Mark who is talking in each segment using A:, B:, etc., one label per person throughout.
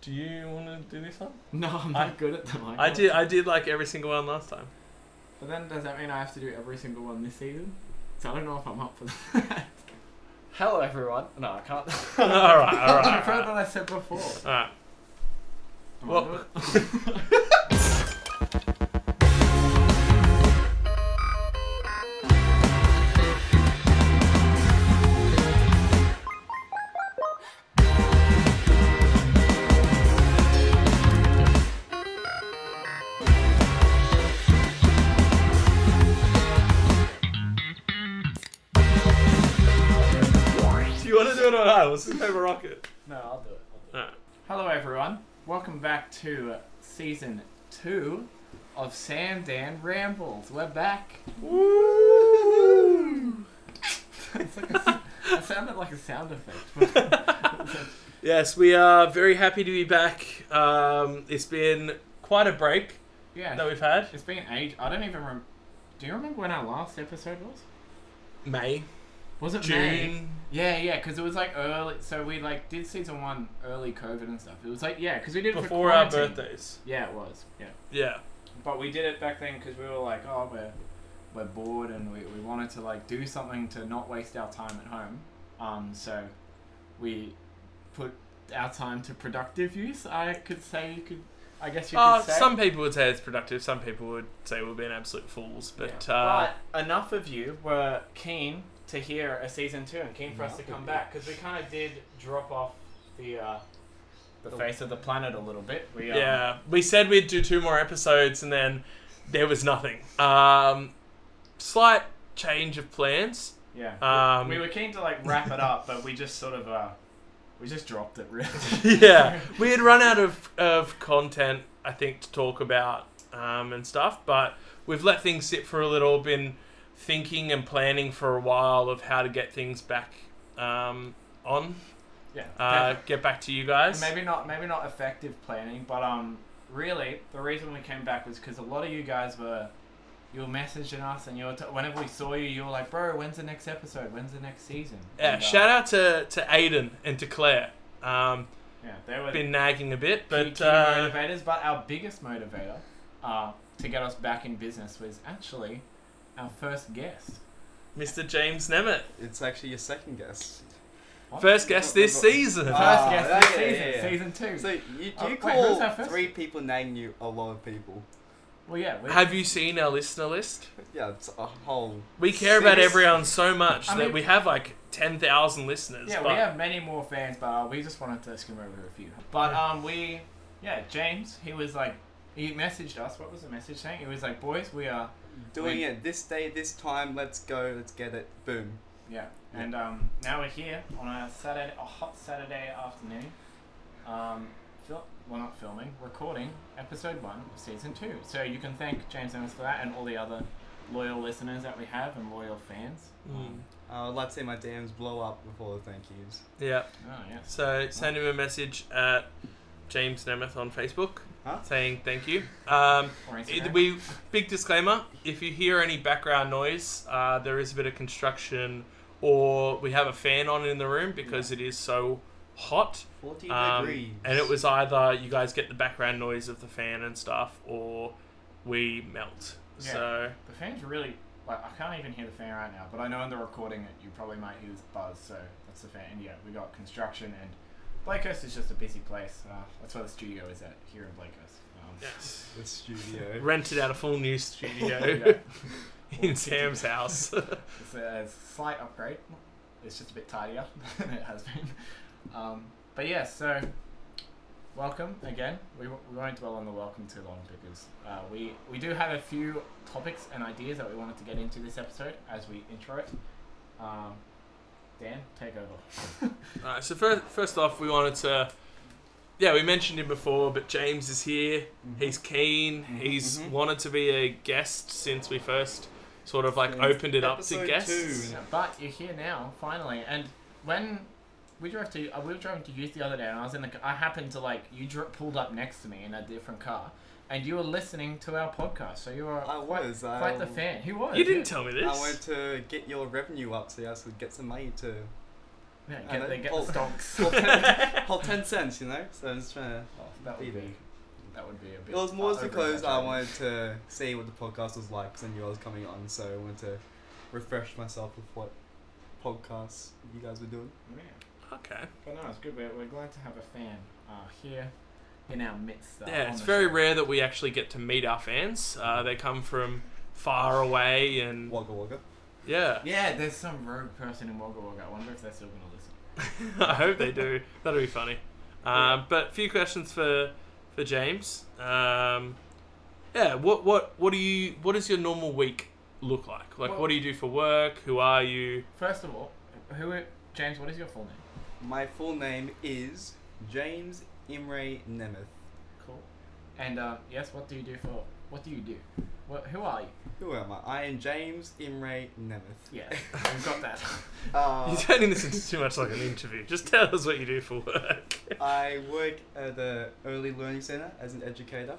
A: Do you want to do this one?
B: No, I'm
A: I-
B: not good at them.
A: I
B: guess.
A: did. I did like every single one last time.
B: But then does that mean I have to do every single one this season? So I don't know if I'm up for that.
C: Hello, everyone. No, I can't.
A: all right. All right. All
B: I'm
A: right.
B: proud that I said before.
A: All right.
B: Am I
A: Well-
B: good?
A: Do you want to do it or not? Let's just paper rocket.
C: no, I'll do it. I'll do it.
A: All right.
B: Hello, everyone. Welcome back to season two of Sam Dan Rambles. We're back.
A: Woo!
B: It's like a s that sounded like a sound effect. but-
A: Yes, we are very happy to be back. Um, it's been quite a break
B: yeah,
A: that we've had.
B: it's been age. I don't even remember. Do you remember when our last episode was?
A: May,
B: Was it
A: June.
B: May? Yeah, yeah, because it was like early. So we like did season one early COVID and stuff. It was like yeah, because we did it for
A: before our
B: quarantine.
A: birthdays.
B: Yeah, it was. Yeah,
A: Yeah.
B: but we did it back then because we were like, oh, we're we're bored and we, we wanted to like do something to not waste our time at home. Um, so we put our time to productive use. I could say you could. I guess you could
A: Uh,
B: say.
A: some people would say it's productive. Some people would say we've been absolute fools. But uh,
C: but enough of you were keen to hear a season two and keen for us to
B: Enough of
C: come
B: you.
C: back because we kind of did drop off the uh,
B: the face of the planet a little bit. uh,
C: we
A: yeah.
C: um,
A: we said we'd do two more episodes, and then there was nothing. Um, slight change of plans.
B: Yeah.
A: Um,
B: we were keen to like wrap it up, but we just sort of uh, we just dropped it really.
A: yeah, we had run out of, of content, I think, to talk about um, and stuff, but we've let things sit for a little, been thinking and planning for a while of how to get things back um, on,
B: Yeah.
A: uh, get back to you guys.
B: maybe not maybe not effective planning but um really the reason we came back was because a lot of you guys were you were messaging us and you were t- whenever we saw you you were like bro when's the next episode when's the next season
A: Yeah,
B: And, uh,
A: shout out to, to Aiden and to Claire. Um,
B: yeah they were
A: been nagging a bit,
B: key-
A: but
B: key
A: uh,
B: motivators but our biggest motivator uh, to get us back in business was actually our first guest
A: Mr. James Nemeth,
D: It's actually your second guess.
B: What?
A: first guest this season.
D: Ah,
B: first guest
D: yeah,
B: this
D: yeah,
B: season
D: yeah.
B: season two
D: So you, you
B: Oh, wait, who's
D: call
B: that first?
D: three people nagging you a lot of people.
B: well yeah we,
A: Have you seen our listener list?
D: Yeah, it's a whole.
A: We care about
D: Serious-
A: everyone so much
B: I
A: that
B: mean-
A: we have like 10,000 listeners.
B: Yeah,
A: but
B: we have many more fans, but uh, we just wanted to skim over a few. But um, we, yeah, James, he was like, he messaged us. What was the message saying? It was like, boys, we are,
D: Doing
B: We-
D: it this day, this time. Let's go. Let's get it. Boom.
B: yeah. And um, now we're here on a Saturday, a hot Saturday afternoon. Um, fil- well, not filming, recording episode one of season two. So you can thank James Ennis for that and all the other loyal listeners that we have and loyal fans. Um,
D: I would Uh, like to see my DMs blow up before the thank yous.
A: Yeah.
B: oh yes.
A: So send him a message at James Nemeth on Facebook
D: Huh?
A: saying thank you. Um,
B: Or
A: it-
B: Instagram.
A: we big disclaimer: if you hear any background noise, uh, there is a bit of construction, or we have a fan on in the room because it is so hot.
D: Forty
A: Um,
D: degrees.
A: and it was either you guys get the background noise of the fan and stuff, or we melt.
B: Yeah.
A: So
B: The fan's really like I can't even hear the fan right now, but I know in the recording it you probably might hear this buzz. So that's the fan. And yeah, we got construction and Blakehurst is just a busy place. Uh, that's where the studio is at here in Blakehurst. Um,
A: yes.
D: the studio.
A: rented out a full new
B: yeah,
A: studio in Sam's house.
B: it's a, it's a slight upgrade. It's just a bit tidier than it has been. Um, but yeah, so welcome again. We, w- we won't dwell on the welcome too long because uh, we we do have a few topics and ideas that we wanted to get into this episode as we intro it. Um, Dan, take over.
A: Alright, so first, first off, we wanted to. Yeah, we mentioned him before, but James is here.
D: Mm-hmm.
A: He's keen. He's
D: Mhm.
A: wanted to be a guest since we first sort of like
D: Since
A: opened it up to
D: episode
A: guests.
D: two.
B: but you're here now, finally. And when we drove to, uh, we were driving to youth the other day, and I was in the, ca- I happened to like you dri pulled up next to me in a different car, and you were listening to our podcast. So you were
D: I
B: quite,
D: was. I,
B: quite the fan. He was.
A: You didn't
B: yeah.
A: tell me
D: I went
A: this.
D: to get your revenue up so I could get some money to
B: Yeah,
D: I know.
B: get, they get
D: Well-
B: the stonks.
D: Hold ten, hold 10 cents, you know? So I'm just trying to.
B: Oh, that would
D: Maybe.
B: be. That would be a bit.
D: It was more
B: uh,
D: just
B: over
D: because I
B: exaggerated.
D: wanted to see what the podcast was like because I knew I was coming on, so I wanted to refresh myself with what podcasts you guys were doing.
B: Yeah.
A: Okay.
B: But no, it's good. We're, we're glad to have a fan uh, here in our midst. Uh,
A: Yeah,
B: on
A: it's
B: the
A: very
B: show.
A: rare that we actually get to meet our fans. Uh, they come from far away and
D: Wagga Wagga.
A: yeah,
B: Yeah, there's some rogue person in Wagga Wagga. I wonder if they're still going to listen.
A: I hope they do. That'll be funny. Um, but a few questions for for James. Um, yeah, what what what do you what does your normal week look like? Like,
B: Well-
A: what do you do for work? Who are you?
B: First of all, who are, James? What is your full name?
D: My full name is James Imre Nemeth.
B: Cool. And uh, yes, what do you do for? What do you do? What, who are you?
D: Who am I? I am James Imre Nemeth.
B: Yeah, we've got that.
D: Uh,
A: You're turning this into too much like an interview. Just tell us what you do for work.
D: I work at the Early Learning Center as an educator,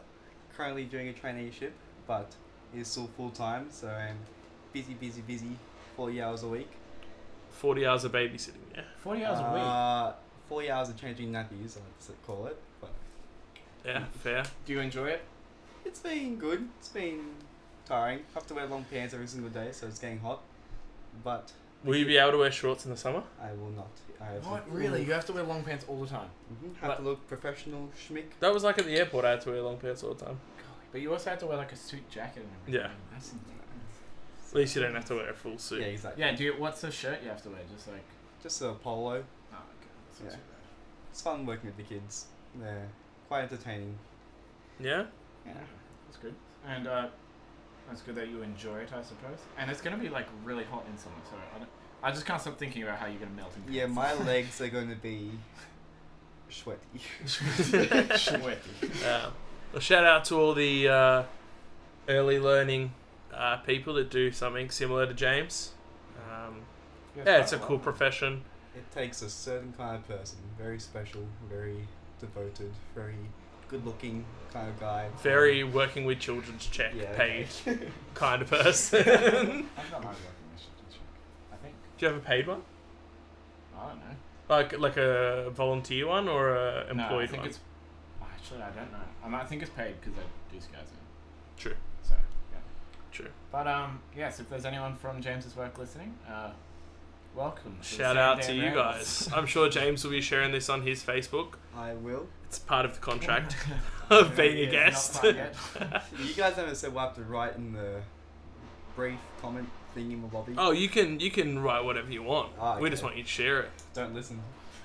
D: currently doing a traineeship, but it's still full time, so I'm busy, busy, busy, 40 hours a week.
A: Forty hours of babysitting. Yeah,
B: Forty hours a week.
D: Uh, forty hours of changing nappies, I like to call it. But
A: yeah, fair.
C: Do you enjoy it?
D: it's been good. It's been tiring. I have to wear long pants every single day, so it's getting hot. But
A: Will you be able to wear shorts in the summer?
D: I will not. I have
B: What
D: to,
B: really? You have to wear long pants all the time.
D: Mhm, have to look professional, schmick.
A: That was like at the airport. I had to wear long pants all the time.
B: Golly, But you also have to wear like a suit jacket and everything.
A: Yeah.
B: That's insane.
A: At least you don't have to wear a full suit.
D: Yeah, exactly.
B: Yeah. Do you, what's the shirt you have to wear? Just like.
D: Just a polo.
B: Oh, okay. That's not
D: Yeah.
B: too bad.
D: It's fun working with the kids. They're quite entertaining.
A: Yeah?
D: Yeah.
B: That's good. And uh, that's good that you enjoy it, I suppose. And it's gonna be like really hot in summer, so I, don't, I just can't stop thinking about how you're gonna melt in.
D: Yeah, my legs are going to be sweaty.
B: Sweaty.
A: Um, well, shout out to all the uh, early learning uh, people that do something similar to James. Um,
C: You guys
A: yeah, it's a
C: quite
A: cool
C: lot.
A: profession.
D: It takes a certain kind of person, very special, very devoted, very good-looking kind of guy.
A: Very working with children's check
D: Yeah,
A: paid
D: okay.
A: kind of person. do
B: I've got my recognition to check. I think.
A: you have a paid one?
B: I don't know.
A: Like like a volunteer one or a employed
B: no, I think
A: one?
B: it's. Actually, I don't know. I, might- I think it's paid because I do guys in.
A: True.
B: So yeah.
A: True.
B: But um, yes, if there's anyone from James's work listening, uh, welcome. to the
A: Shout out to
B: Sandown
A: you
B: Raiders.
A: guys. I'm sure James will be sharing this on his Facebook.
D: I will.
A: It's part of the contract of being a
B: Yeah, it's
A: guest.
B: not quite yet.
D: You guys haven't said what I have to write in the brief comment thing in the lobby.
A: Oh, you can you can write whatever you want.
D: Ah,
A: We just
D: okay.
A: want you to share it.
D: Don't listen.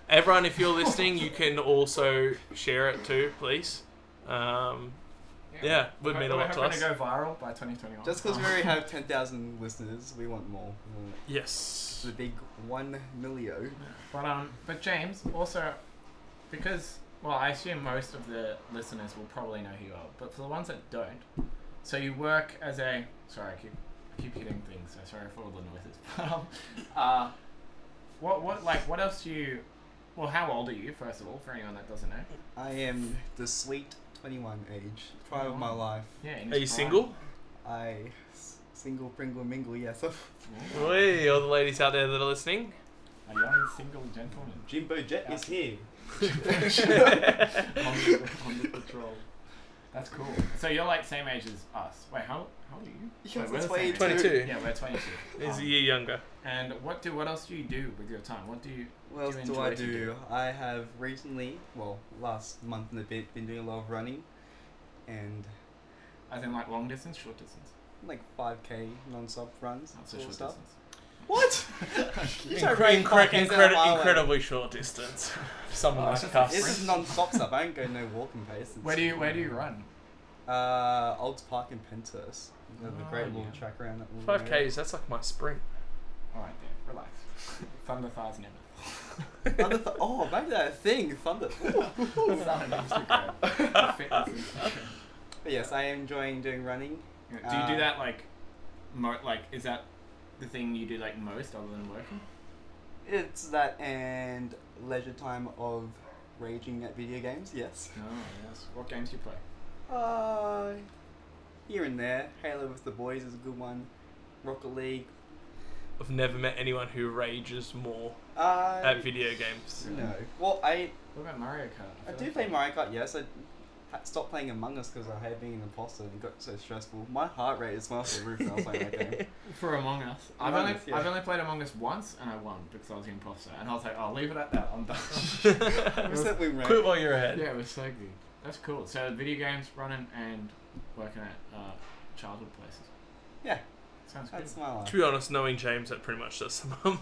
A: Everyone, if you're listening, you can also share it too, please. Um, yeah, would
B: We're-
A: mean a
B: we're
A: lot to
B: hoping
A: us.
B: to go viral by 2021.
D: Just because we
B: Um,
D: already have 10,000 listeners, we want more. We want
A: Yes.
D: The big 1 million.
B: But um, but James also, because well, I assume most of the listeners will probably know who you are, but for the ones that don't, so you work as a sorry, I keep I keep hitting things. So sorry for all the noises. But um, uh, what what like what else do you? Well, how old are you? First of all, for anyone that doesn't know.
D: I am the sweet 21 age. Prime of my life.
B: Yeah. in
A: Are
B: his
A: you
B: prime.
A: single?
D: I s- single, pringle, mingle, yes.
B: Yeah.
A: Oi, all the ladies out there that are listening.
B: A young single gentleman.
D: Jimbo Jet
B: is
D: here.
B: on, the, on the patrol. That's cool. So you're like same age as us. Wait, how how old are you?
D: Yeah,
B: Wait,
D: we're
B: the same age.
A: 22.
B: Yeah, we're 22.
A: He's a
B: Um,
A: year younger.
B: And what do what else do you do with your time? What do you?
D: What else
B: Do you
D: do
B: enjoy
D: I
B: to
D: do?
B: do?
D: I have recently, well, last month and a bit, been doing a lot of running and
B: As in like long distance, short distance,
D: like 5k non stop runs.
B: not so
D: sort
B: short
D: of stuff.
B: distance.
D: What? You
A: Incre-
D: don't bring
A: incre-
D: podcasts
A: incredi-
D: out my way.
A: incredibly short distance. Someone
B: Oh, it's
A: like
B: just-
A: us.
D: This is non stop stuff. I don't go no walking paces.
B: Where do you where do you run?
D: Uh, Olds Park in Penthurst. There's a
B: Oh,
D: great little
B: yeah.
D: track around that little
A: Five
D: area.
A: k's. That's like my sprint.
B: All right, there, relax. Thunder thighs never.
D: Thunder th- oh, maybe that thing, Thunder.
B: Thunder Instagram. Fitness Instagram.
D: But yes, I am enjoying doing running.
B: Yeah, Do you
D: Uh,
B: do that like, mo- like is that the thing you do like most other than working?
D: It's that and leisure time of raging at video games, yes.
B: No, Oh, yes. What games do you play?
D: Uh, here and there. Halo with the boys is a good one. Rocket League.
A: I've never met anyone who rages more
D: Uh,
A: at video games.
D: No. Well, I
B: What about Mario Kart?
D: I
B: feel
D: do
B: like
D: play Mario Kart. Yes, I ha- stopped playing Among Us because I hate being an imposter and it got so stressful. My heart rate is well off the roof when I was playing that game.
B: For Among Us, I've
D: Among
B: only
D: Us, yeah.
B: I've only played Among Us once, and I won because I was the imposter, and I was like, I'll leave it at that. I'm done.
D: What's that win rate?
A: Quit while you're ahead.
B: yeah, it was so good. That's cool. So video games, running, and working at uh, childhood places.
D: Yeah.
B: sounds good.
D: That's my life.
A: To be honest, knowing James, that pretty much does some um,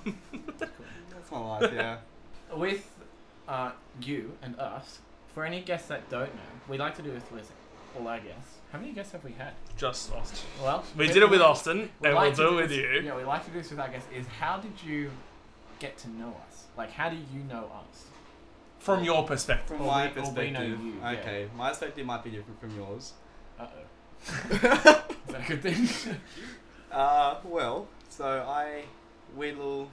D: That's my life. Yeah.
B: With uh, you and us, for any guests that don't know, we like to do this with all our guests. How many guests have we had?
A: just Austin.
B: Well,
A: We did it with Austin,
B: we
A: and we'll
B: like to
A: do it
B: do
A: with
B: this-
A: you.
B: Yeah, we like to do this with our guests. Is how did you get to know us? Like, how do you know us?
A: From your perspective.
D: From
B: Or
D: my
B: we- or we know
D: perspective.
B: you, yeah.
D: okay. My perspective might be different from yours.
B: Uh oh. Is that a good thing?
D: Uh, well, so I, wee little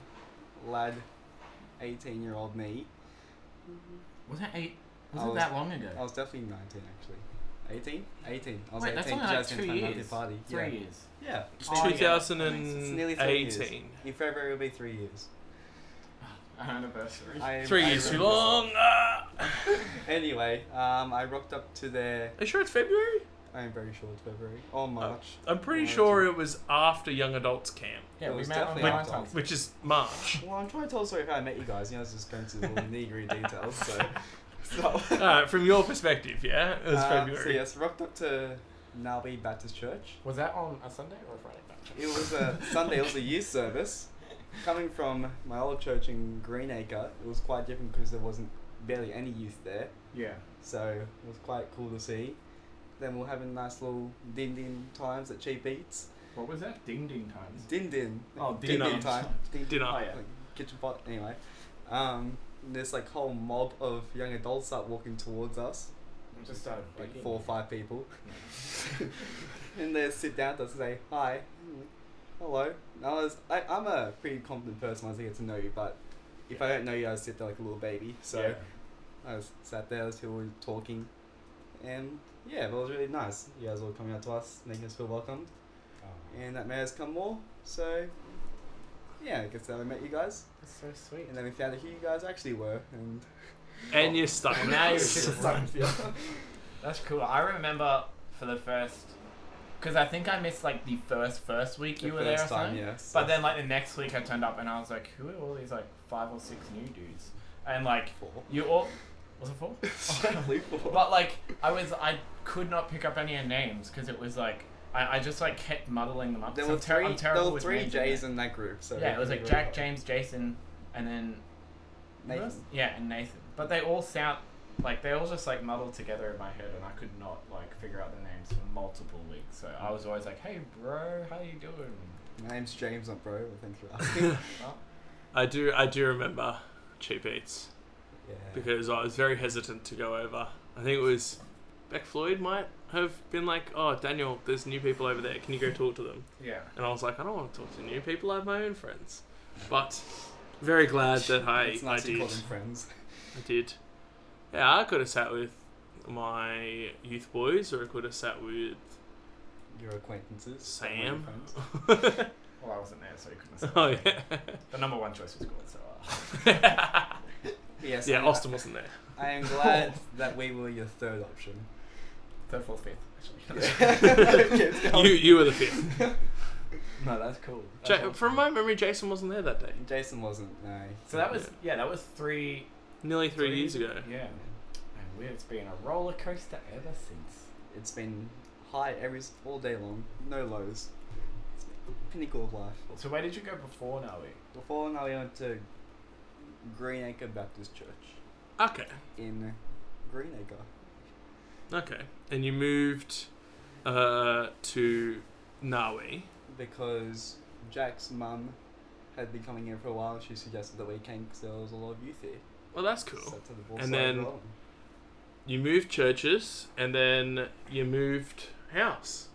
D: lad, 18 year old me,
B: was that eight? Was
D: I
B: it
D: was- Oh,
B: that long
D: I
B: ago?
D: was definitely 19 actually. 18? 18. I was
B: Wait,
D: 18
B: that's only like
D: 2010
B: two
D: birthday
B: years.
D: party.
B: Three
D: yeah.
B: years.
D: Yeah.
A: It's
B: Oh, yeah, that makes
D: It's nearly three years.
A: 2018.
D: In February will be three years.
B: Our anniversary.
D: I,
A: Three
D: I
A: years too
D: remember-
A: long. Ah.
D: Anyway, um, I rocked up to their.
A: Are you sure it's February?
D: I am very sure it's February.
B: Oh.
D: Or March.
A: I'm pretty
D: No, it's
A: sure it was after Young Adults Camp,
B: yeah,
D: it
B: we
D: was
B: met on
D: definitely
B: Valentine's. Day.
D: after.
A: which is March.
D: Well, I'm trying to tell a story of how I met you guys. You know, I was just going to the little niggery details. So, so
A: Alright, Uh, from your perspective, yeah? It was
D: Uh,
A: February.
D: So yes, rocked up to Nalby Baptist Church.
B: Was that on a Sunday or a Friday?
D: It was a Sunday. It was a youth service. Coming from my old church in Greenacre, it was quite different because there wasn't barely any youth there.
B: Yeah.
D: So it was quite cool to see. Then we'll have a nice little din din times at cheap eats.
B: What was that? Ding ding times.
D: Din din.
B: Oh,
D: din
A: dinner.
D: din time. Din
A: Dinner.
B: Oh, yeah.
D: Like, kitchen pot. Anyway, um, there's like whole mob of young adults start walking towards us,
C: Just started
D: like
C: begging.
D: four or five people. and they sit down to us and say hi, hello. And I was, I, I'm a pretty confident person once I get to know you, but if I don't know you, I sit there like a little baby. So
B: Yeah.
D: I was sat there, as people were talking, and yeah, but it was really nice. You guys all coming up to us, making us feel welcomed, and that made us come more. So yeah, I guess that I met you guys,
C: That's so sweet.
D: and then we found out who you guys actually were, and
A: and you're stuck.
B: And now you're
D: It's just starting to feel-
B: That's cool. I remember for the first, because I think I missed like the first first week you
D: The
B: were there or
D: first time,
B: something.
D: yeah,
B: But then like the next week I turned up and I was like, who are all these like five or six new dudes? And like
D: four.
B: you all, was it four?
D: Definitely four.
B: But like I was, I could not pick up any of names because it was like I, I just like kept muddling them up.
D: There
B: So
D: were
B: I'm ter-
D: three.
B: I'm terrible
D: There were
B: with
D: three
B: names
D: J's in that group. So
B: yeah, it was like
D: really
B: Jack,
D: hard.
B: James, Jason, and then who
D: Nathan.
B: else? Yeah, and Nathan. But they all sound like they all just like muddled together in my head, and I could not like figure out the names for multiple weeks. So I was always like, "Hey, bro, how you doing?"
D: My name's James, not bro. But thanks for asking.
A: I do I do remember Cheap Eats
D: yeah.
A: because I was very hesitant to go over. I think it was Beck Floyd might have been like, Oh, Daniel, there's new people over there, can you go talk to them?
B: Yeah.
A: And I was like, I don't want to talk to new people, I have my own friends. But very glad that I,
D: It's
A: I
D: nice to call
A: did.
D: them friends.
A: I did. Yeah, I could have sat with my youth boys, or I could have sat with.
D: Your acquaintances.
A: Sam.
D: Friends.
B: Well, I wasn't there, so you couldn't. Say
A: Oh yeah,
B: The number one choice was Gordon, so. Uh,
D: Yes.
A: yeah.
D: I-
A: Austin wasn't there.
D: I am glad that we were your third option.
B: Third, fourth, fifth, actually.
D: Keeps going.
A: You you were the fifth.
B: no, that's cool. That's
A: Ja-
B: awesome.
A: from my memory, Jason wasn't there that day.
D: Jason wasn't. No.
B: so that was yeah, that was three.
A: Nearly three, years ago.
B: Yeah. And weird, it's been a roller coaster ever since.
D: It's been high every s- all day long. No lows. It's the pinnacle of life.
B: So where did you go before Naui?
D: Before now we went to Greenacre Baptist Church
A: Okay,
D: in Greenacre.
A: okay. And you moved uh, to Nawi.
D: because Jack's mum had been coming in for a while. and She suggested that we came because there was a lot of youth here.
A: Well, that's cool.
D: So to the ball
A: And
D: side
A: then-
D: roll.
A: You moved churches, and then you moved house.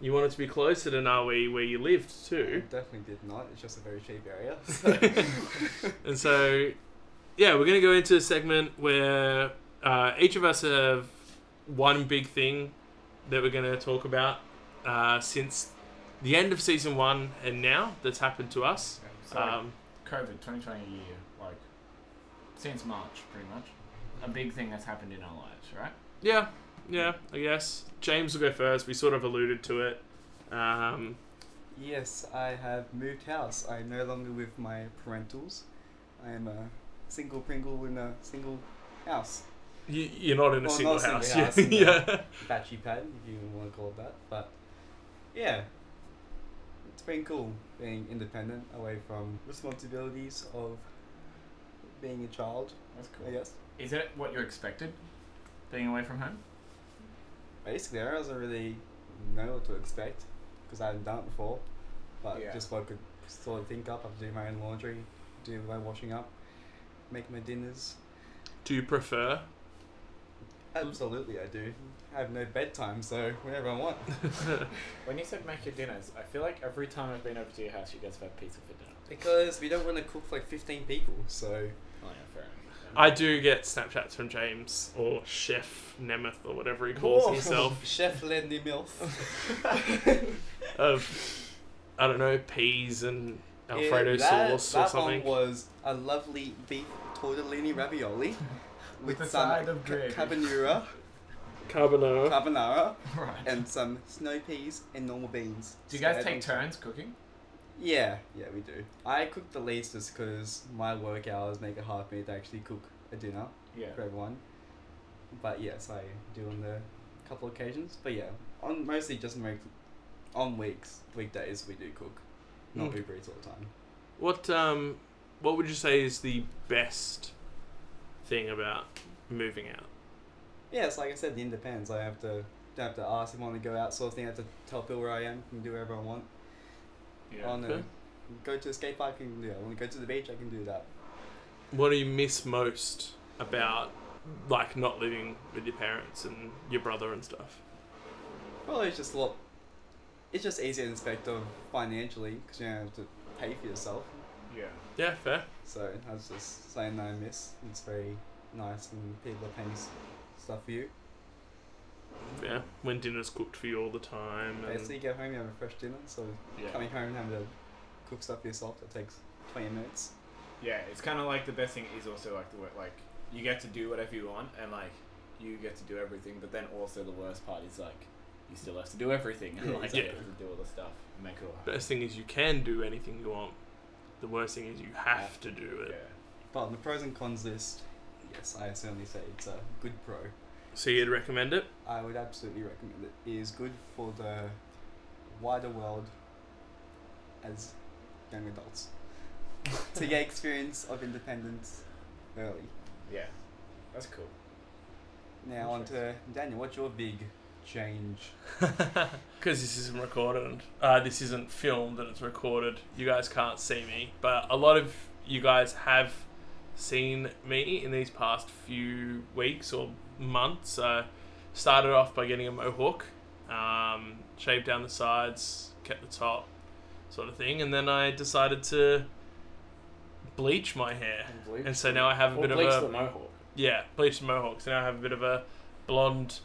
A: You wanted to be closer to Nawi, where you lived too.
D: definitely did not. It's just a very cheap area.
A: And so, yeah, we're going to go into a segment where uh, each of us have one big thing that we're going to talk about uh, since the end of season one and now that's happened to us.
B: So
A: Um,
B: COVID 2020 year, like since March, pretty much, a big thing that's happened in our lives, right?
A: yeah, yeah, I guess. James will go first. We sort of alluded to it. Um,
D: Yes, I have moved house. I no longer with my parentals. I am a single Pringle in a single house.
A: you, you're not in a
D: Well,
A: single
D: not a
A: house.
D: single
A: yeah.
D: house, Batchy pad, if you want to call it that. But yeah, it's been cool being independent, away from responsibilities of being a child,
B: That's
D: I guess.
B: Is it what you expected? Being away from home?
D: Basically, I wasn't really know what to expect because I hadn't done it before. But
B: Yeah.
D: just what I could sort of think up, I have to do my own laundry, do my washing up, make my dinners.
A: Do you prefer?
D: Mm-hmm. Absolutely, I do. I have no bedtime, so whenever I want.
C: When you said make your dinners, I feel like every time I've been over to your house, you guys have had pizza for dinner.
D: Because we don't want to cook for like 15 people, so.
C: Oh yeah, fair enough.
A: I do get Snapchats from James or Chef Nemeth or whatever he calls
D: Whoa.
A: himself
D: Chef Lenny Milf.
A: of I don't know peas and Alfredo
D: Yeah, that,
A: sauce
D: that
A: or something.
D: one was a lovely beef tortellini ravioli with,
B: With a
D: some
B: side of
D: ca-
B: gravy.
D: carbonara,
A: Carbonara.
D: carbonara,
B: Right.
D: and some snow peas and normal beans.
B: Do you guys
D: Spread
B: take
D: on-
B: turns cooking?
D: Yeah, yeah, we do. I cook the least just because my work hours make it hard for me to actually cook a dinner
B: Yeah.
D: for everyone. But yes, I do on the couple occasions. But yeah, on mostly just make, on weeks, weekdays we do cook, not
A: Mm.
D: Uber Eats all the time.
A: What um what would you say is the best thing about moving out?
D: Yeah, it's like I said, the independence. I have to don't have to ask if I want to go out, sort of thing. I have to tell people where I am. I can do whatever I want.
B: Yeah.
D: I want
A: Okay.
D: to go to the skate park. I can do that. I want to go to the beach. I can do that.
A: What do you miss most about like not living with your parents and your brother and stuff?
D: Probably it's just a lot. It's just easier in respect of financially because you don't have to pay for yourself.
B: Yeah.
A: Yeah, fair.
D: So that's just something that I miss. It's very nice when people are paying s- stuff for you.
A: Yeah. When dinner's cooked for you all the time and
D: Basically, you get home, you have a fresh dinner. So
B: Yeah.
D: coming home and having to cook stuff for yourself that takes twenty minutes.
C: Yeah, it's kind of like the best thing is also like the work. Like you get to do whatever you want, and like you get to do everything. But then also the worst part is like you still have to do everything, and
D: Yeah,
C: like
A: exactly.
C: you have to do all the stuff, and make it all happen.
A: best thing is you can do anything you want. The worst thing is you have to do it.
C: Yeah.
D: But on the pros and cons list, yes, I certainly say it's a good pro.
A: So you'd recommend it?
D: I would absolutely recommend it. It is good for the wider world as young adults to get experience of independence early.
C: Yeah. That's cool.
D: Now on to Daniel. What's your big change?
A: Because this isn't recorded, uh, this isn't filmed and it's recorded. You guys can't see me, but a lot of you guys have seen me in these past few weeks or months. I started off by getting a mohawk, um, shaved down the sides, kept the top, sort of thing, and then I decided to bleach my hair.
C: And bleach
A: And so now I have a
C: or
A: bit of
C: bleach
A: a
C: the mohawk.
A: yeah, bleach the mohawk. So now I have a bit of a blonde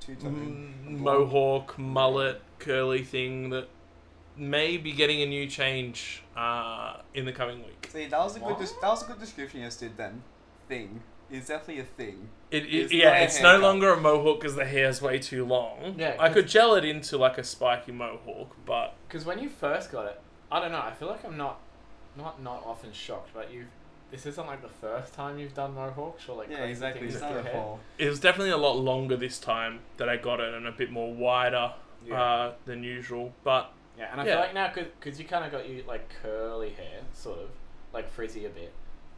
D: Two tone.
A: m- mohawk mullet curly thing that may be getting a new change uh, in the coming week.
D: Mm. See, that was a good.
B: What?
D: Des- that was a good description you just did. Then, thing is definitely a thing.
A: It, it-
D: It's
A: yeah,
D: not a
A: it's no
D: haircut.
A: longer a mohawk because the hair's way too long.
C: Yeah,
A: I could
C: 'cause-
A: gel it into like a spiky mohawk, but
C: Because when you first got it, I don't know. I feel like I'm not, not not often shocked, but you. have This isn't like the first time you've done mohawks or like
D: yeah,
C: crazy
D: exactly.
C: things
D: It's
C: with
D: not
C: your
D: a
C: hair.
D: whole.
A: it was definitely a lot longer this time that I got it and a bit more wider
C: Yeah.
A: uh, than usual. But
C: Yeah, and I
A: Yeah.
C: feel like now, because you kind of got you like curly hair, sort of, like frizzy a bit.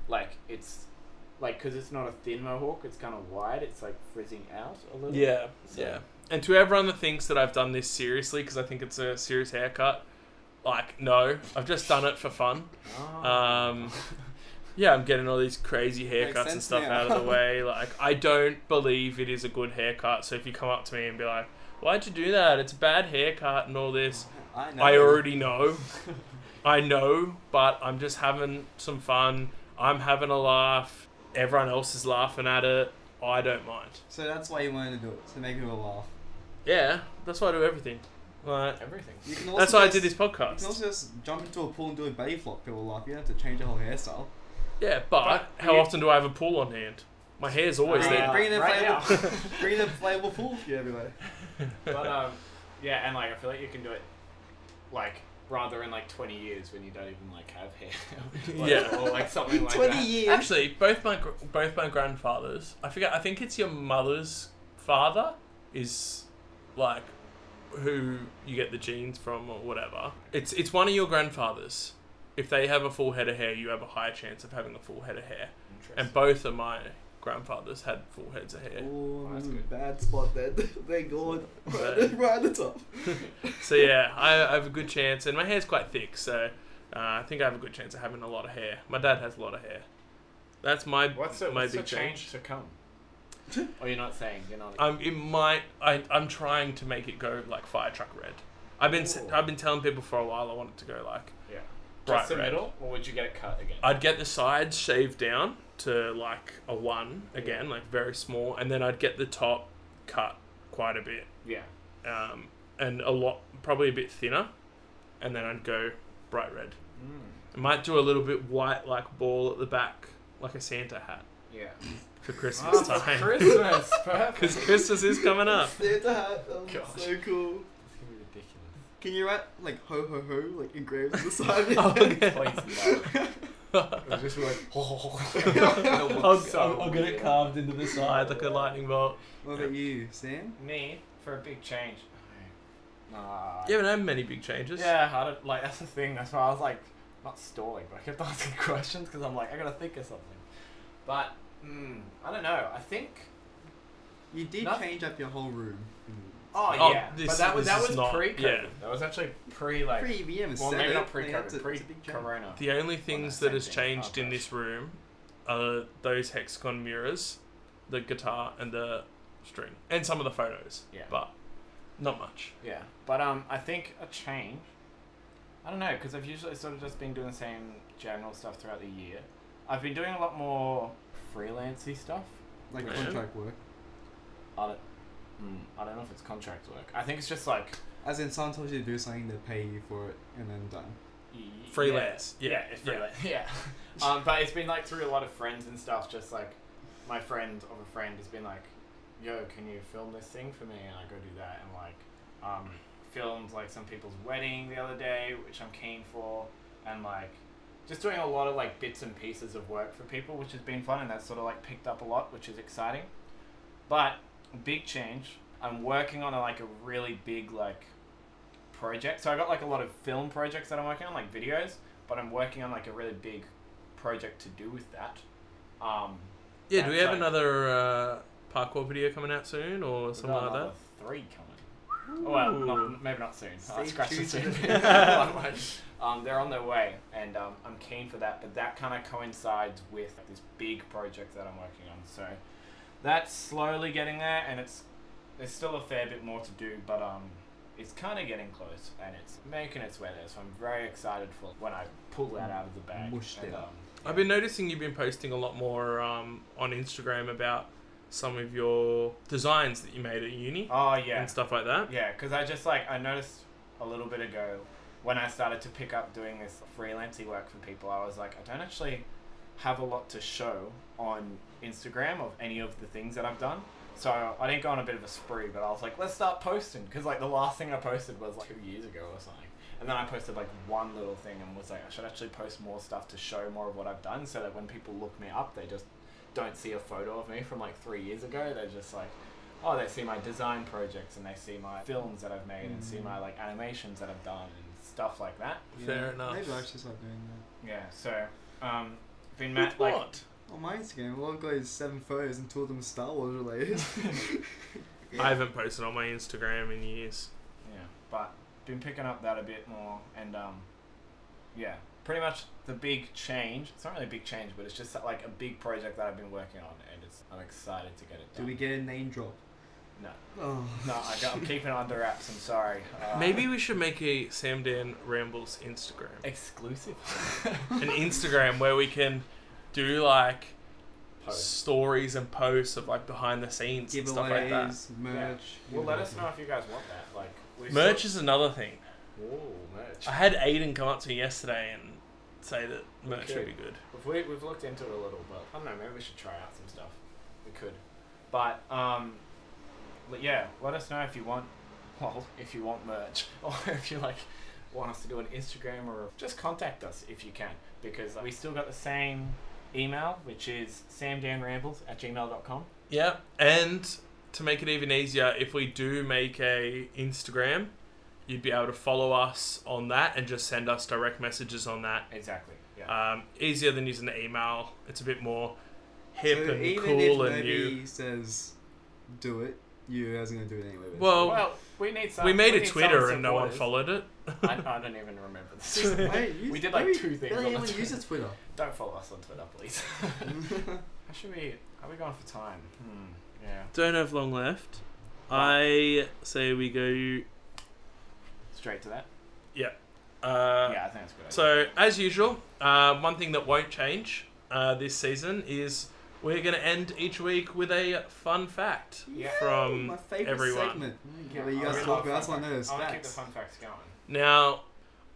C: Like it's, like because it's not a thin mohawk, it's kind of wide. It's like frizzing out a little.
A: yeah,
C: So-
A: yeah. And to everyone that thinks that I've done this seriously because I think it's a serious haircut, like no, I've just done it for fun.
C: Oh.
A: Um, yeah, I'm getting all these crazy haircuts and
D: sense
A: stuff
D: now.
A: out of the way. Like, I don't believe it is a good haircut. So if you come up to me and be like, "Why'd you do that? It's a bad haircut and all this,"
D: I know.
A: I already know. I know, but I'm just having some fun. I'm having a laugh. Everyone else is laughing at it. I don't mind.
D: So that's why you wanted to do it to make people laugh.
A: Yeah, that's why I do everything. Like,
B: Everything.
D: You can also
A: that's why I
D: just-
A: did this
D: You can
A: podcast.
D: also just jump into a pool and do a belly flop. People will laugh. You don't have to change your whole hairstyle.
A: Yeah, but,
B: But
A: how
B: you-
A: often do I have a pool on hand? My hair's always
D: Ah.
A: there.
D: bring it in
B: right
D: for
B: now.
D: Bring the inflatable pool for you everywhere.
B: but um, yeah, and like I feel like you can do it, like rather in like twenty years when you don't even like have hair, like,
A: Yeah.
B: or like something like that.
D: years.
A: Actually, both my gr- both my grandfathers. I forget. I think it's your mother's father is like who you get the genes from or whatever. It's it's one of your grandfathers. If they have a full head of hair, you have a higher chance of having a full head of hair. And
B: Interesting.
A: both of my grandfathers had full heads of hair.
D: Oh,
B: that's good.
D: bad spot then. They're gone.
A: Right.
D: right at the top.
A: So yeah, I, I have a good chance, and my hair's quite thick, so uh, I think I have a good chance of having a lot of hair. My dad has a lot of hair. That's my
B: What's the,
A: my
B: what's the
A: big change.
B: change to come? Oh,
C: Or you're not saying you're not.
A: I'm it might I I'm trying to make it go like fire truck red. I've been s-
B: Ooh.
A: I've been telling people for a while I want it to go like
B: Yeah.
A: bright
B: Just the
A: red.
B: middle, or would you get it cut again?
A: I'd get the sides shaved down to like a one again, like very small, and then I'd get the top cut quite a bit,
B: yeah.
A: um, and a lot probably a bit thinner, and then I'd go bright red. I might do a little bit white like ball at the back, like a Santa hat
B: Yeah.
A: for Christmas
B: Oh, for
A: time.
B: Christmas. Perfect.
A: Because Christmas is coming up.
D: Santa hat. Oh,
B: Gosh.
D: so cool.
B: It's gonna be ridiculous.
D: Can you write like ho ho ho like engraved on the side? of it?
A: Oh, okay.
B: Please. no. It'll just be like.
A: I'll,
B: I'll,
A: I'll, I'll get it carved into the side like a lightning bolt.
D: What about you, Sam?
B: Me for a big change. Nah.
A: You haven't had many big changes.
B: Yeah, I don't, like that's the thing. That's why I was like not stalling, but I kept asking questions because I'm like I gotta think of something. But mm, I don't know. I think.
D: You did
B: Nothing.
D: change up your whole room.
B: Oh,
A: Oh,
B: yeah,
A: this-
B: but that was
A: this
B: that
A: is
B: was
A: not-
B: pre-COVID.
A: yeah.
B: That was actually pre like.
D: pre VM is
B: well, maybe
D: set
B: not
D: up, they had to-
B: pre-COVID,
D: it's a big change.
B: pre-corona.
A: The only
B: Well, no,
A: things
B: same
A: that has
B: thing.
A: changed
B: Oh,
A: in
B: gosh.
A: this room are those hexagon mirrors, the guitar, and the string, and some of the photos.
B: Yeah.
A: But not much.
B: Yeah, but um, I think a change. I don't know because I've usually sort of just been doing the same general stuff throughout the year. I've been doing a lot more freelancy stuff.
D: Like
A: Yeah.
D: contract work.
B: I don't, mm, I don't know if it's contract work. I think it's just like
D: As in someone tells you to do something, they pay you for it and then done.
B: y- yeah.
A: Freelance.
B: Yeah,
A: Yeah,
B: it's
A: yeah.
B: freelance. Yeah, um, but it's been like through a lot of friends and stuff. Just like my friend of a friend has been like, "Yo, can you film this thing for me?" And I go do that and like um, filmed like some people's wedding the other day, which I'm keen for, and like just doing a lot of like bits and pieces of work for people, which has been fun and that's sort of like picked up a lot, which is exciting. But big change. I'm working on a, like a really big like project. So I got like a lot of film projects that I'm working on, like videos, but I'm working on like a really big project to do with that. Um,
A: Yeah. Do we
B: That's
A: have
B: like-
A: another uh, parkour video coming out soon or
B: we've
A: something
B: got
A: like
B: another
A: that?
B: Three coming. Oh, Well,
A: Ooh.
B: not, maybe not soon. I'll
D: Stay
B: scratch the
D: tuned.
B: soon. um, they're on their way, and um, I'm keen for that. But that kind of coincides with this big project that I'm working on. So that's slowly getting there, and it's there's still a fair bit more to do, but um, it's kind of getting close, and it's making its way there. So I'm very excited for when I pull that out of the bag.
D: Mushed
B: and,
D: it up.
B: um,
A: I've been noticing you've been posting a lot more um, on Instagram about some of your designs that you made at uni
B: Oh yeah.
A: and stuff like that.
B: Yeah, because I just like I noticed a little bit ago when I started to pick up doing this freelancing work for people, I was like, I don't actually have a lot to show on Instagram of any of the things that I've done. So I didn't go on a bit of a spree, but I was like, let's start posting because like the last thing I posted was like two years ago or something. And then I posted like one little thing and was like, I should actually post more stuff to show more of what I've done so that when people look me up, they just don't see a photo of me from like three years ago. They're just like, oh, they see my design projects and they see my films that I've made and see my like animations that I've done and stuff like that.
A: Fair enough.
D: Maybe I should start doing that. Oh,
B: Yeah, so um, been
A: With
B: met like
A: what?
D: On my Instagram, all I've got is seven photos and two of them are Star Wars related.
A: I haven't posted on my Instagram in years.
B: yeah, but been picking up that a bit more and um, yeah, pretty much the big change. It's not really a big change, but it's just like a big project that I've been working on and it's I'm excited to get it
D: Do
B: done.
D: we get a name drop?
B: no,
D: Oh.
B: no, I got, I'm keeping it under wraps. I'm sorry. Uh,
A: Maybe we should make a Sam Dan Rambles Instagram.
B: exclusive.
A: An Instagram where we can do like
B: post.
A: stories and posts of like behind the scenes and stuff like that.
D: giveaways, merch.
B: Well,
D: you
B: let us know if you guys want that. Like we still-
A: Merch is another thing.
B: Ooh, merch.
A: I had Aiden come up to me yesterday and say that merch
B: Okay.
A: would be good.
B: If we, we've looked into it a little, but I don't know. Maybe we should try out some stuff. We could, but um, l- yeah. Let us know if you want, well, if you want merch, or if you like want us to do an Instagram, or just contact us if you can, because we still got the same email, which is samdanrambles at gmail.com.
A: Yeah, and to make it even easier, if we do make a Instagram, you'd be able to follow us on that and just send us direct messages on that.
B: Exactly. Yeah.
A: Um, easier than using the email. It's a bit more
D: So
A: hip and
D: even
A: cool
D: if
A: and
D: nobody
A: new.
D: says do it, you guys are gonna do it anyway.
A: Well,
B: well, we need some.
A: oh, we made a
B: need some
A: Twitter and no one
B: supporters.
A: folled it.
B: I, I don't even remember this.
D: Mate, you-
B: we did like
D: maybe
B: two things.
D: barely
B: on the
D: anyone
B: Twitter.
D: uses Twitter.
B: Don't follow us on Twitter, please. How should we? Are we going for time? Hmm. Yeah.
A: Don't have long left. I say we go.
B: Straight to that.
A: Uh,
B: yeah, I think that's a good. idea.
A: So, as usual, uh, one thing that won't change uh, this season is we're going to end each week with a fun fact from
D: my favorite
A: everyone.
D: segment.
B: Yeah,
D: Where you
B: I
D: guys
B: really
D: talk
B: love
D: about us
B: fun
D: on those
B: facts. I wanna keep the
D: facts.
B: fun facts going.
A: Now,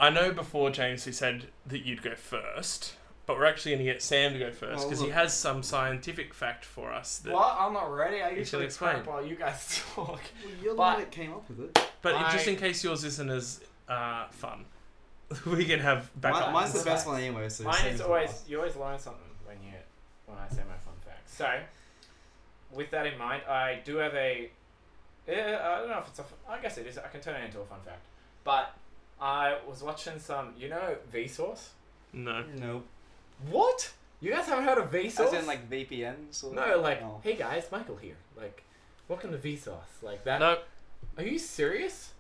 A: I know before James he said that you'd go first, but we're actually going to get Sam to go first
D: Well,
A: because he
D: Oh, look.
A: has some scientific fact for us. That,
B: Well, I'm not ready. I
A: You should
B: usually
A: explain.
B: explain while you guys talk.
D: Well, you're the
B: But-
D: one that came up with it.
A: but
B: I-
A: just in case yours isn't as uh, fun, we can have backup.
D: Mine, mine's the
A: ones.
D: best one anyway. So
B: Mine
D: same
B: is
D: as
B: always
D: last.
B: you always learn something when you when I say my fun facts. So, with that in mind, I do have a. eh, I don't know if it's a. f- I guess it is. I can turn it into a fun fact. But I was watching some. You know Vsauce.
A: No.
D: No.
B: What? You guys haven't heard of Vsauce?
D: As in like VPNs or
B: No, like,
D: Oh.
B: hey guys, Michael here. Like, welcome to Vsauce. Like that.
A: No.
B: Are you serious?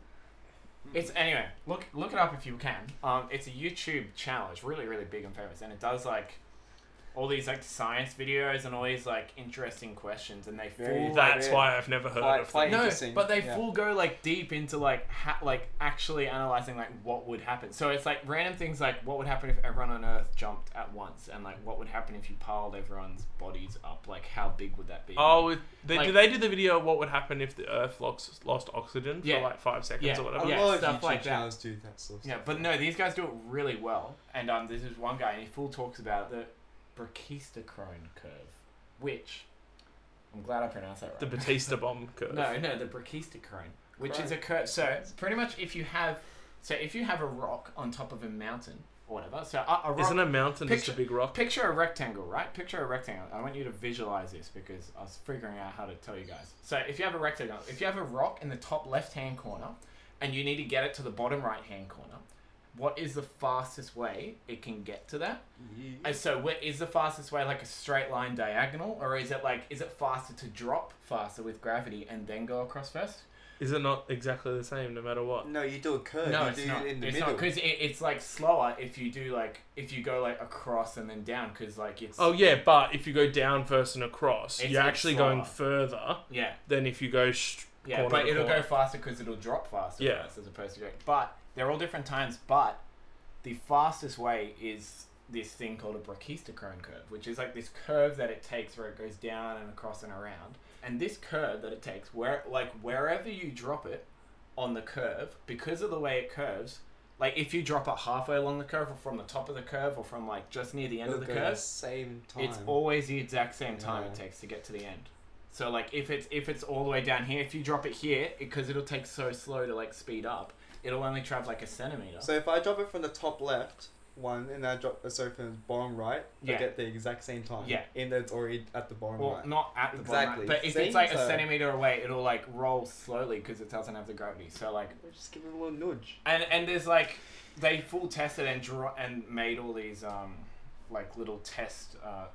B: It's anyway. Look, look it up if you can. Um, it's a YouTube channel. It's really, really big and famous, and it does like all these like science videos and all these like interesting questions, and they
D: Very
B: full
D: that-
A: That's why I've never heard
D: Quite-
A: of
D: quite
A: them.
B: no,
D: interesting.
B: but they
D: Yeah.
B: full go like deep into like ha- like actually analyzing like what would happen. So it's like random things like what would happen if everyone on Earth jumped at once, and like what would happen if you piled everyone's bodies up. Like how big would that be?
A: Oh, with- they,
B: Like-
A: do they do the video of what would happen if the Earth lost, lost oxygen for
B: Yeah.
A: like five seconds
B: Yeah.
A: or
D: A
A: whatever?
B: Yeah,
D: lot of
B: stuff
D: YouTube
B: like that.
D: channels do that sort of
B: Yeah, but no, these guys do it really well. And um, this is one guy, and he full talks about the Brachistochrone curve, which I'm glad I pronounced that right.
A: The Batista bomb curve.
B: no, no, the Brachistochrone, which is a
D: Crone.
B: curve. So pretty much, if you have, so if you have a rock on top of a mountain or whatever, so a, a rock.
A: Isn't a mountain just a
B: Picture-
A: big rock?
B: Picture a rectangle, right? Picture a rectangle. I want you to visualize this because I was figuring out how to tell you guys. So if you have a rectangle, if you have a rock in the top left-hand corner, and you need to get it to the bottom right-hand corner, what is the fastest way it can get to that?
D: You-
B: And so, what is the fastest way like a straight line diagonal, or is it like is it faster to drop faster with gravity and then go across first?
A: Is it not exactly the same no matter what?
D: No, you do a curve.
B: No,
D: you
B: it's
D: do
B: not.
D: it in the
B: it's
D: middle.
B: not because it, it's like slower if you do like if you go like across and then down because like it's
A: Oh yeah, but if you go down first and across,
B: It's
A: you're
B: like
A: actually
B: slower.
A: going further
B: yeah.
A: than if you go. Sh-
B: Yeah,
A: corner
B: but
A: to
B: it'll
A: corner.
B: go faster because it'll drop faster
A: Yeah.
B: first as opposed to going. But they're all different times. But the fastest way is this thing called a brachistochrone curve, which is like this curve that it takes where it goes down and across and around. And this curve that it takes, where like wherever you drop it on the curve, because of the way it curves, like if you drop it halfway along the curve or from the top of the curve or from like just near the end
D: It'll
B: of the
D: go
B: curve,
D: same time.
B: it's always the exact same time
D: Yeah.
B: it takes to get to the end. So like if it's if it's all the way down here, if you drop it here, because it'll take so slow to like speed up, it'll only travel like a centimeter.
D: So if I drop it from the top left one, and I drop it so from the bottom right,
B: Yeah.
D: I get the exact same time.
B: Yeah.
D: and it's already at the bottom
B: well,
D: right.
B: not at the
D: Exactly.
B: bottom, right? but if
D: See?
B: it's like a
D: So-
B: centimeter away, it'll like roll slowly because it doesn't have the gravity. So like
D: We'll just give it a little nudge.
B: and and there's like they full tested and draw and made all these um like little test uh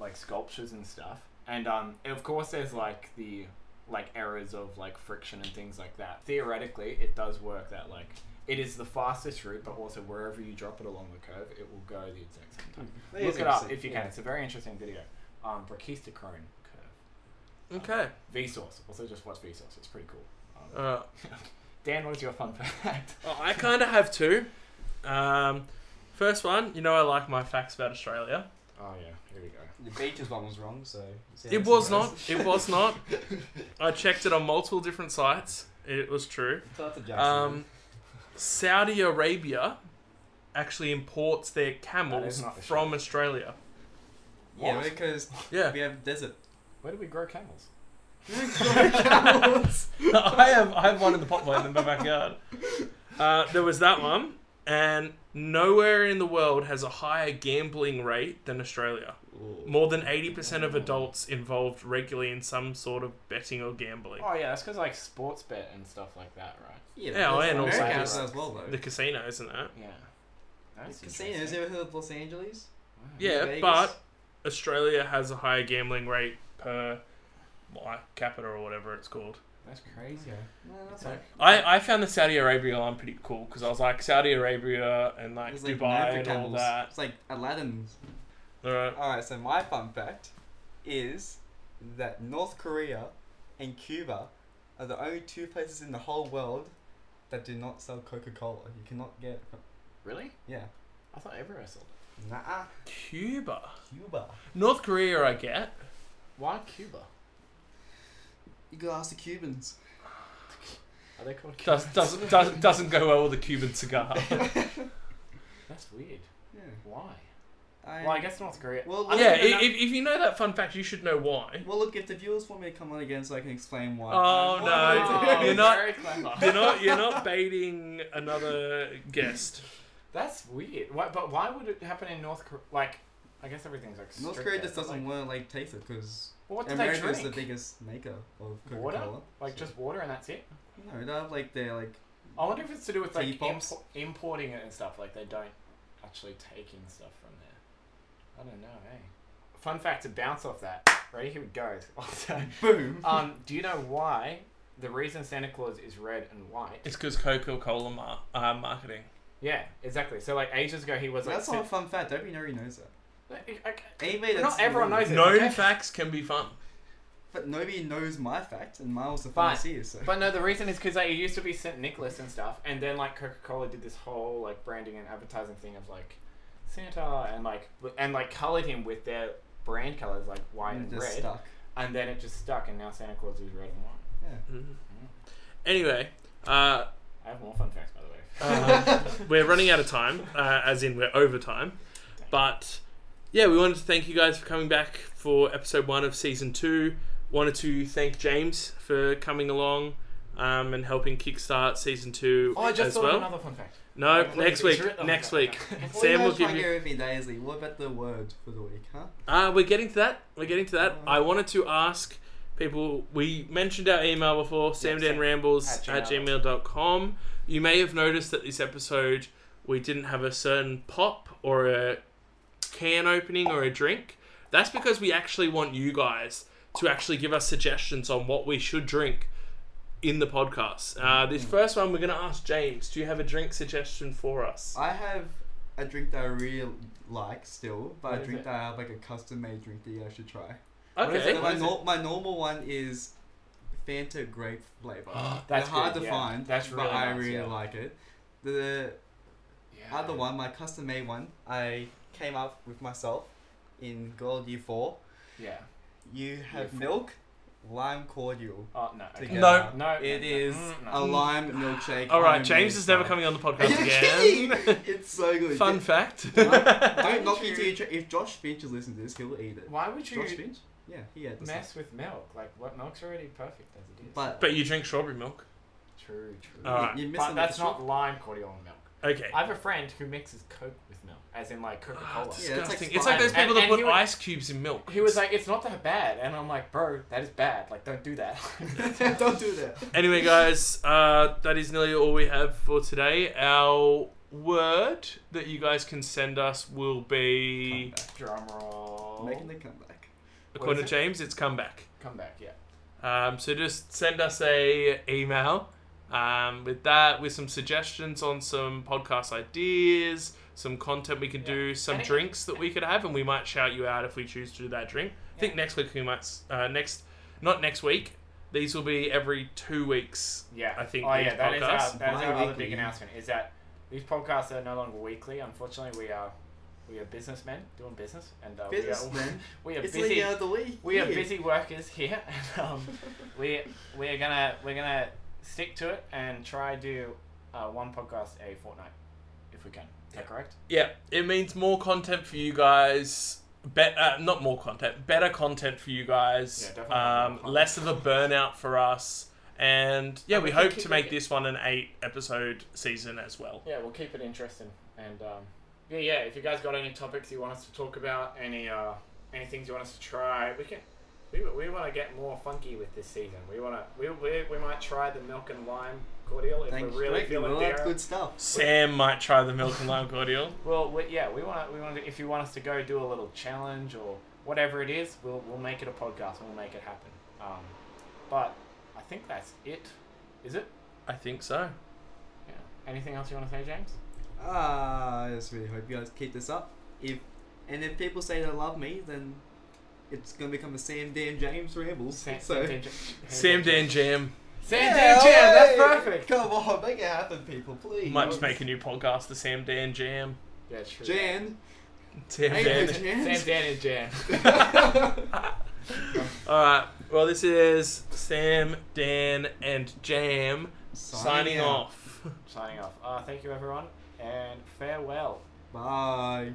B: like sculptures and stuff and um of course there's like the like errors of like friction and things like that theoretically it does work that like it is the fastest route but also wherever you drop it along the curve it will go the exact same time
D: That
B: look
D: is
B: it up
D: interesting,
B: if you can
D: yeah.
B: it's a very interesting video um brachistochrone curve
A: Okay.
B: vsauce also just watch vsauce it's pretty cool um,
A: Uh,
B: dan what's your fun fact
A: well, I kind of have two. Um, first one, you know, I like my facts about Australia.
B: Oh yeah, here we go.
D: The beaches one was wrong, so. so
A: It
D: that's
A: was
D: nice.
A: not. It was not. I checked it on multiple different sites. It was true.
D: So that's a Jackson.
A: Um, Saudi Arabia actually imports their camels
B: not the
A: from Australia.
D: yeah,
B: What?
D: because
A: Yeah.
D: we have desert.
B: Where do we grow camels?
A: I have I have one in the pot plant in my backyard. Uh, there was that one, and nowhere in the world has a higher gambling rate than Australia. More than eighty percent of adults involved regularly in some sort of betting or gambling.
B: Oh yeah, that's because like sports bet and stuff like that, right?
D: Yeah,
A: Yeah,
D: that's
A: and
D: America
A: also
D: has
B: just-
D: that as well though.
A: The casinos and that.
B: Yeah. That's
D: casinos.
B: interesting.
D: Ever heard of Los Angeles?
B: Wow.
A: Yeah,
D: Vegas?
A: but Australia has a higher gambling rate per well, capita or whatever it's called.
B: That's crazy.
D: No,
B: It's
D: that's
B: like,
A: I, I found the Saudi Arabia one pretty cool because I was like Saudi Arabia and like
D: There's,
A: Dubai
D: Nerva
A: and all
D: candles.
A: that.
D: It's like Aladdin's.
A: All right.
D: Alright, so my fun fact is that North Korea and Cuba are the only two places in the whole world that do not sell Coca Cola. You cannot get.
B: really?
D: Yeah.
B: I thought everywhere sold it.
D: Nah,
A: Cuba.
D: Cuba.
A: North Korea, I get.
B: Why Cuba?
D: You gotta ask the Cubans.
B: Are they called Cuba?
A: Does, does, does, doesn't go well with the Cuban cigar.
B: That's weird.
D: Yeah.
B: Why?
D: I,
B: Well, I guess North Korea.
D: Well,
B: I
D: look,
A: yeah,
B: don't even
A: i- if, if you know that fun fact, you should know why.
D: well, look, if the viewers want me to come on again so I can explain why.
B: Uh,
A: Oh, no.
B: Wow,
A: You're not,
B: Very clever.
A: you're, not, you're not baiting another guest.
B: That's weird. Why, but why would it happen in North Korea? Like, I guess everything's like.
D: North
B: strict
D: Korea
B: there,
D: just
B: but,
D: doesn't
B: Like,
D: want to like taste it because
B: well, what do they
D: America
B: drink?
D: is the biggest maker of Coca
B: Water?
D: Cola.
B: Like just water and that's it.
D: No, they have like their like.
B: I wonder if it's to do with like
D: Teapots?
B: impor- importing it and stuff. Like they don't actually take in stuff from there. I don't know. eh? Fun fact to bounce off that. Ready? Here we go.
D: Boom.
B: um, do you know why the reason Santa Claus is red and white?
A: It's because Coca Cola mar- uh, marketing.
B: Yeah, exactly. So like ages ago, he was like.
D: That's not a fun fact. Everybody already knows that.
B: Like, like,
D: Anybody
B: Not
D: that's
B: everyone knows it.
A: Known
B: okay?
A: facts can be fun.
D: But nobody knows my fact, and mine was the fun
B: Fine.
D: see so.
B: But no, the reason is because they used to be St. Nicholas and stuff, and then like Coca Cola did this whole like branding and advertising thing of like Santa and like w- and like colored him with their brand colors like white
D: And
B: and
D: it just
B: red,
D: stuck.
B: and then it just stuck, and now Santa Claus is red and white.
D: Yeah.
A: Mm-hmm. Anyway, uh,
B: I have more fun facts by the way.
A: uh, we're running out of time, uh, as in we're over time. But yeah, we wanted to thank you guys for coming back for episode one of season two. Wanted to thank James for coming along um, and helping kickstart season two
B: Oh, I just
A: as
B: thought
A: well.
B: of another fun fact.
A: No,
B: Wait,
A: next
B: it's
A: week.
B: written-
A: Next
B: oh, okay,
A: week.
B: okay.
D: Before you
A: Sam will
D: guys try
A: give
D: and
A: you.
D: go with me, Daisy, what about the word for the week, huh?
A: Uh, we're getting to that. We're getting to that. I wanted to ask people. We mentioned our email before
B: Sam-
A: samdanrambles
B: at
A: at
B: gmail.
A: gmail.com. You may have noticed that this episode we didn't have a certain pop or a can opening or a drink. That's because we actually want you guys to actually give us suggestions on what we should drink in the podcast. Uh,
D: Mm.
A: this first one, we're going to ask James. Do you have a drink suggestion for us?
D: I have a drink that I really like still, but
B: What
D: a
B: is
D: drink
B: it?
D: that I have like a custom made drink that you guys should try.
B: What is
A: Okay.
B: it?
D: my,
B: is
D: nor my normal one is Fanta grape flavor.
B: That's
D: They're hard
B: good,
D: to
B: yeah.
D: find,
B: That's
D: but
B: really
D: I
B: nice,
D: really
B: yeah.
D: like it. The
B: Yeah.
D: other one, my custom made one, I came up with myself in Gold Year 4.
B: Yeah.
D: You have
B: four.
D: milk, lime cordial.
B: Oh no. Okay.
D: Together.
A: No.
B: No.
D: It
B: no,
D: is
B: no, no.
D: a lime milkshake.
A: All right,
D: homemade
A: James is never
D: style.
A: coming on the
D: Are you
A: podcast
D: kidding?
A: again.
D: it's so good.
A: Fun
D: Don't-
A: fact.
D: Don't knock it
B: True.
D: till you try. If Josh Finch is listening to this, he'll eat it.
B: Why would
D: Josh
B: you
D: Finch? Yeah, he had this.
B: mess with milk? Like what milk's already perfect as it is.
D: But,
A: But you drink strawberry milk.
B: true, true.
A: All right.
D: you're
B: But
D: missing
B: that's
D: the
B: not lime cordial and milk.
A: Okay.
B: I have a friend who mixes Coke with milk, as in like Coca Cola.
D: Yeah, it's like
A: Ah, Disgusting. it's like those
B: And-
A: people that
B: and
A: put
B: he was-
A: ice cubes in milk.
B: He was like, "It's not that bad," and I'm like, "Bro, that is bad. Like, don't do that."
D: Don't do that.
A: Anyway, guys, uh, that is nearly all we have for today. Our word that you guys can send us will be,
D: Comeback.
B: Drum roll.
D: Making the comeback.
A: according
B: What
A: to
B: is
A: James, it's comeback.
B: Come back, yeah.
A: Um, so just send us a email um, with that, with some suggestions on some podcast ideas, some content we could
B: Yeah.
A: do, some
B: And it-
A: drinks that we could have, and we might shout you out if we choose to do that drink. I think
B: Yeah.
A: next week we might, s- uh, next, not next week. These will be every two weeks.
B: Yeah,
A: I think
B: Oh
A: these
B: yeah, that is our
A: podcasts-
B: that is our other
D: Bi-weekly.
B: big announcement. Is that these podcasts are no longer weekly. Unfortunately, we are We are businessmen doing business, and uh,
D: Businessmen?
B: we are, we are
D: It's
B: busy.
D: league out of the league.
B: We are
D: Yeah.
B: busy workers here, and um, we we are gonna we're gonna stick to it and try do uh, one podcast a fortnight, if we can. Is that correct?
A: Yeah, it means more content for you guys. Bet, uh, not more content, better content for you guys.
B: Yeah, definitely.
A: Um, less of a burnout for us, and yeah,
B: And
A: we
B: we can
A: hope to
B: keep
A: make
B: it-
A: this one an eight episode season as well.
B: Yeah, we'll keep it interesting, and um, yeah, yeah. If you guys got any topics you want us to talk about, any uh, any things you want us to try, we can. We, we want to get more funky with this season. We want to. We, we, we might try the milk and lime cordial if
D: Thank
B: we're really
D: you.
B: feeling
D: Well, that's
B: there.
D: good stuff.
A: Sam might try the milk and lime cordial.
B: Well, we, yeah, we want to. We want to. If you want us to go do a little challenge or whatever it is, we'll we'll make it a podcast and we'll make it happen. Um, but I think that's it. Is it?
A: I think so.
B: Yeah. Anything else you want to say, James?
D: Ah, I just really hope you guys keep this up. If and if people say they love me, then it's gonna become a Sam Dan James rambles.
B: Sam, Sam,
D: so
B: Dan-
A: Sam, Dan, Jam
B: Sam, Dan, Jam, That's perfect.
D: Come on, make it happen, people, please.
A: might just make a new podcast, the Sam, Dan, Jam.
B: Yeah, true.
D: Jan.
A: Sam,
D: Hey,
A: Dan.
D: Jan.
B: Sam, Dan, and Jam.
A: All right. Well, this is Sam, Dan, and Jam signing
D: out.
A: off.
B: signing off. Uh, thank you, everyone, and farewell.
D: Bye.